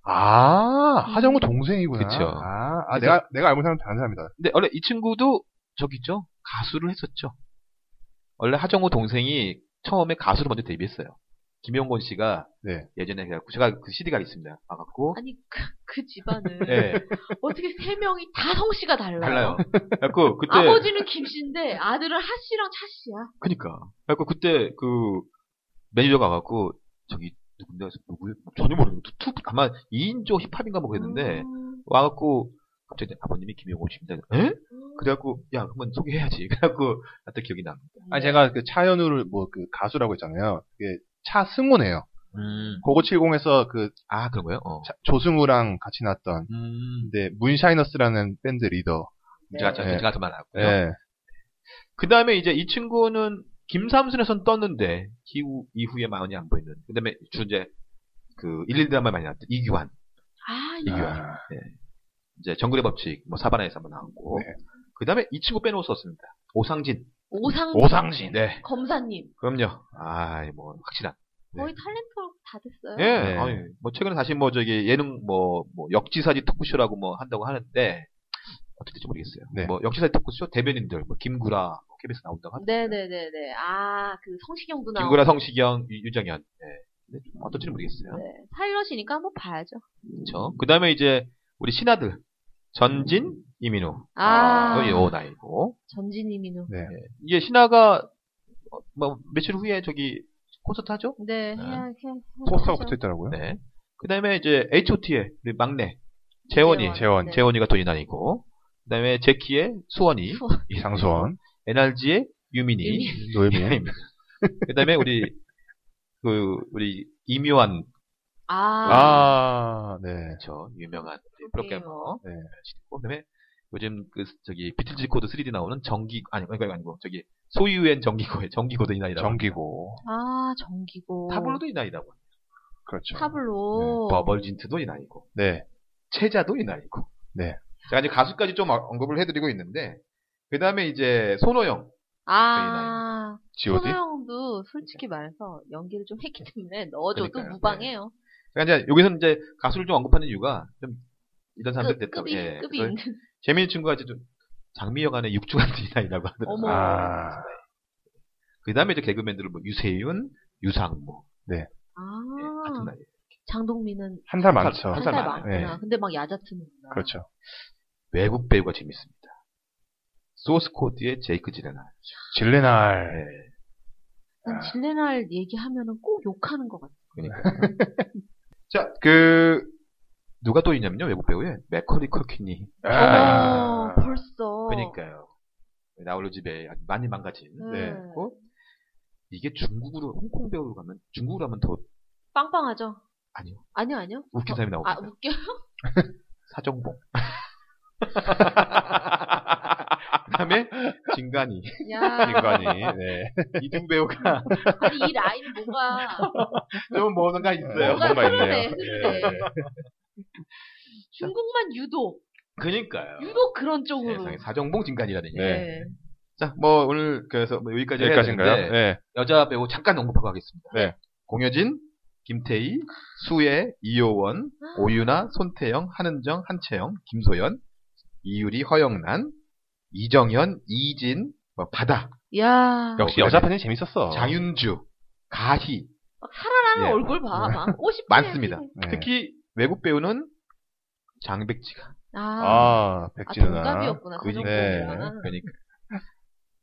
[SPEAKER 3] 아, 하정우
[SPEAKER 2] 음.
[SPEAKER 3] 동생이구나.
[SPEAKER 4] 그쵸.
[SPEAKER 3] 아, 아,
[SPEAKER 4] 그래서-
[SPEAKER 3] 내가, 내가 알고 사는 다른 사람이다.
[SPEAKER 4] 근데 원래 이 친구도 저기죠 가수를 했었죠. 원래 하정우 동생이 처음에 가수로 먼저 데뷔했어요. 김용곤 씨가
[SPEAKER 3] 네.
[SPEAKER 4] 예전에 그냥 제가 그 CD가 있습니다. 와갖고
[SPEAKER 2] 아니 그, 그 집안은
[SPEAKER 4] 예
[SPEAKER 2] 어떻게 세 명이 다 성씨가 달라요?
[SPEAKER 4] 달라요. 그래갖고 그때
[SPEAKER 2] 아버지는 김씨인데 아들은 하씨랑 차씨야.
[SPEAKER 4] 그니까. 그러니까 그래갖고 그때 그 매니저가 와갖고 저기 누군데 가서 누구야? 전혀 모르는 거. 투 아마 2인조 힙합인가 뭐 그랬는데
[SPEAKER 2] 음,
[SPEAKER 4] 와갖고 갑자기 아버님이 김용곤 씨입니다. 에?
[SPEAKER 2] 음.
[SPEAKER 4] 그래갖고 야 한번 소개해야지. *laughs* 그래갖고 나또 기억이 나.
[SPEAKER 3] 아니 제가 그 차현우를 뭐 그 가수라고 했잖아요. 그게 차승우네요.
[SPEAKER 4] 음.
[SPEAKER 3] 고고 70에서 그
[SPEAKER 4] 아 그런 거예요? 어.
[SPEAKER 3] 차- 조승우랑 같이 났던
[SPEAKER 4] 음.
[SPEAKER 3] 근데 문샤이너스라는 밴드 리더.
[SPEAKER 4] 제가 저
[SPEAKER 3] 네.
[SPEAKER 4] 제가 좀 알았고요.
[SPEAKER 3] 예.
[SPEAKER 4] 그 다음에 이제 이 친구는 김삼순에선 떴는데 이후, 이후에 마흔이 안 보이는. 그 다음에 주 이제 그 일일 드라마 많이 나왔던 이규환.
[SPEAKER 2] 아,
[SPEAKER 4] 이규환.
[SPEAKER 2] 이거.
[SPEAKER 3] 아.
[SPEAKER 4] 이제 정글의 법칙, 뭐 사바나에서 한번 나왔고.
[SPEAKER 3] 네.
[SPEAKER 4] 그 다음에 이 친구 빼놓을 수 없습니다. 오상진.
[SPEAKER 2] 오상 음.
[SPEAKER 3] 오상진.
[SPEAKER 4] 네.
[SPEAKER 2] 검사님
[SPEAKER 4] 그럼요. 아, 뭐, 확실한.
[SPEAKER 2] 거의 탤런트 다 됐어요.
[SPEAKER 4] 예.
[SPEAKER 3] 네.
[SPEAKER 4] 아니, 뭐, 최근에 다시 뭐, 저기, 예능 뭐, 뭐, 역지사지 토크쇼라고 뭐, 한다고 하는데, 어떻게 될지 모르겠어요.
[SPEAKER 3] 네.
[SPEAKER 4] 뭐, 역지사지 토크쇼 대변인들, 뭐, 김구라, 뭐 KBS 나온다고 하는데.
[SPEAKER 2] 네네네네. 아, 그 성시경도 나오고.
[SPEAKER 4] 김구라, 성시경, 유- 유정현. 네. 근데 어떨지 모르겠어요.
[SPEAKER 2] 네. 파일럿이니까 한번 봐야죠.
[SPEAKER 4] 그렇죠. 그다음에 이제 우리 신하들 전진, 이민우.
[SPEAKER 2] 아.
[SPEAKER 4] 여기 오나이고
[SPEAKER 2] 전진이민우.
[SPEAKER 3] 네.
[SPEAKER 4] 이게 신하가 어, 뭐 며칠 후에 저기 콘서트 하죠?
[SPEAKER 2] 네,
[SPEAKER 4] 네.
[SPEAKER 2] 해야, 해야,
[SPEAKER 3] 포스터가 붙어 있더라고요.
[SPEAKER 4] 네. 그다음에 이제 HOT의 우리 막내 재원이,
[SPEAKER 3] 재원. 재원.
[SPEAKER 4] 재원이가 돈이 나이고. 그다음에 제키의 수원이,
[SPEAKER 3] 이상수원,
[SPEAKER 4] NRG의 유민이.
[SPEAKER 2] 유민이.
[SPEAKER 3] 노예민.
[SPEAKER 4] *laughs* 그다음에 우리 그 우리 이묘한
[SPEAKER 2] 아.
[SPEAKER 3] 아, 네.
[SPEAKER 4] 그렇죠. 유명한 우리
[SPEAKER 2] 프로게이머.
[SPEAKER 4] 프로게이머.
[SPEAKER 3] 네.
[SPEAKER 4] 그 다음에 요즘 그 스- 저기 비틀즈 코드 3D 나오는 정기 아니 그니 아니고 저기 소유엔 정기고의 정기고도 이나이라고.
[SPEAKER 3] 정기고.
[SPEAKER 2] 아, 정기고.
[SPEAKER 4] 타블로도 이나이라고.
[SPEAKER 3] 그렇죠.
[SPEAKER 2] 타블로.
[SPEAKER 4] 버벌진트도 이나이고.
[SPEAKER 3] 네.
[SPEAKER 4] 체자도 이나이고.
[SPEAKER 3] 네.
[SPEAKER 4] 제가 이제 가수까지 좀 어- 언급을 해드리고 있는데 그 다음에 이제 손호영.
[SPEAKER 2] 아,
[SPEAKER 3] G.O.D.
[SPEAKER 2] 손호영도 솔직히 말해서 연기를 좀 했기 때문에 넣어줘도
[SPEAKER 4] 그러니까요. 네.
[SPEAKER 2] 무방해요.
[SPEAKER 4] 제가 이제 여기서는 이제 가수를 좀 언급하는 이유가 좀 이런 사람들
[SPEAKER 2] 급,
[SPEAKER 4] 됐다고.
[SPEAKER 2] 급이, 급이
[SPEAKER 4] 그래서
[SPEAKER 2] 있는.
[SPEAKER 4] 재민이 친구가 이제 좀 장미여관의 육중한 *laughs* 이나이라고 하더라고요.
[SPEAKER 2] 어머.
[SPEAKER 3] 아,
[SPEAKER 4] 그 다음에 이제 개그맨들은 뭐 유세윤, 유상무. 예, 같은
[SPEAKER 2] 아,
[SPEAKER 4] 나이.
[SPEAKER 2] 장동민은
[SPEAKER 3] 한 살
[SPEAKER 4] 살-
[SPEAKER 3] 많죠.
[SPEAKER 4] 한
[SPEAKER 2] 한
[SPEAKER 4] 살
[SPEAKER 2] 살
[SPEAKER 4] 많아요.
[SPEAKER 2] 많구나.
[SPEAKER 3] 예.
[SPEAKER 2] 근데 막 야자트는구나.
[SPEAKER 3] 그렇죠.
[SPEAKER 4] 외국 배우가 재밌습니다. 소스코드의 제이크 지레날. 네.
[SPEAKER 3] 질레날.
[SPEAKER 4] 아.
[SPEAKER 2] 난 질레날 얘기하면은 꼭 욕하는 것 같아.
[SPEAKER 4] 자, 그, 누가 또 있냐면요, 외국 배우에. 맥커리 컬킨이.
[SPEAKER 2] 어,
[SPEAKER 3] 아.
[SPEAKER 2] 벌써.
[SPEAKER 4] 그니까요. 러 나홀로 집에 아주 많이 망가진.
[SPEAKER 2] 네.
[SPEAKER 4] 그리고 이게 중국으로, 홍콩 배우로 가면, 중국으로 가면 더,
[SPEAKER 2] 빵빵하죠?
[SPEAKER 4] 아니요.
[SPEAKER 2] 아니요, 아니요.
[SPEAKER 4] 웃긴
[SPEAKER 2] 어,
[SPEAKER 4] 사람이
[SPEAKER 2] 아,
[SPEAKER 4] 나옵니다. *laughs*
[SPEAKER 2] 웃겨.
[SPEAKER 4] 사정봉. 그 다음에, 진간이. *laughs*
[SPEAKER 2] 야.
[SPEAKER 3] 인간이. *laughs* 네.
[SPEAKER 4] 이등 배우가 *laughs*
[SPEAKER 2] 아니, 이 라인은 뭔가,
[SPEAKER 4] 좀 뭔가 있어요. 예.
[SPEAKER 2] 뭔가
[SPEAKER 3] 뭔가
[SPEAKER 2] 흐르네,
[SPEAKER 3] 있네요.
[SPEAKER 2] 흐르네. 중국만 유독,
[SPEAKER 4] 그니까요.
[SPEAKER 2] 유독 그런 쪽으로. 예.
[SPEAKER 4] 세상에 사정봉 진간이라는 얘기.
[SPEAKER 3] 네.
[SPEAKER 4] 자, 뭐 오늘 그래서 뭐 여기까지 해야
[SPEAKER 3] 여기까지인가요?
[SPEAKER 4] 되는데
[SPEAKER 3] 네.
[SPEAKER 4] 여자 배우 잠깐 언급하고 하겠습니다.
[SPEAKER 3] 네.
[SPEAKER 4] 공효진, 김태희, 수혜, 이효원,
[SPEAKER 2] 아.
[SPEAKER 4] 오유나, 손태영, 한은정, 한채영, 김소연, 이유리, 허영란, 이정현, 이진, 뭐 바다,
[SPEAKER 2] 야.
[SPEAKER 3] 역시
[SPEAKER 4] 어,
[SPEAKER 3] 여자
[SPEAKER 4] 그래.
[SPEAKER 3] 팬이 재밌었어.
[SPEAKER 4] 장윤주, 가희
[SPEAKER 2] 막 살아나는
[SPEAKER 4] 예.
[SPEAKER 2] 얼굴 봐. 막. 50대.
[SPEAKER 4] 많습니다.
[SPEAKER 3] 네.
[SPEAKER 4] 특히 외국 배우는 장백지가
[SPEAKER 2] 아.
[SPEAKER 3] 아,
[SPEAKER 2] 아,
[SPEAKER 3] 백지 누나.
[SPEAKER 2] 동갑이었구나. 그 정도.
[SPEAKER 3] 네.
[SPEAKER 4] 그러니까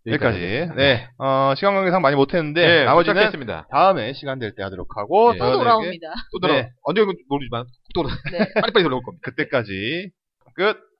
[SPEAKER 3] 여기까지. 네. 어, 시간 관계상 많이 못했는데,
[SPEAKER 4] 네,
[SPEAKER 3] 나머지는
[SPEAKER 4] 나머지겠습니다.
[SPEAKER 3] 다음에 시간 될 때 하도록 하고,
[SPEAKER 4] 네.
[SPEAKER 2] 또
[SPEAKER 4] 저녁에-
[SPEAKER 3] 저녁에
[SPEAKER 2] 돌아옵니다.
[SPEAKER 4] 또 돌아
[SPEAKER 3] 네.
[SPEAKER 4] 언제 올지 모르지만 또 돌아
[SPEAKER 2] 네.
[SPEAKER 4] 빨리빨리 돌아올 겁니다.
[SPEAKER 3] 그때까지 끝.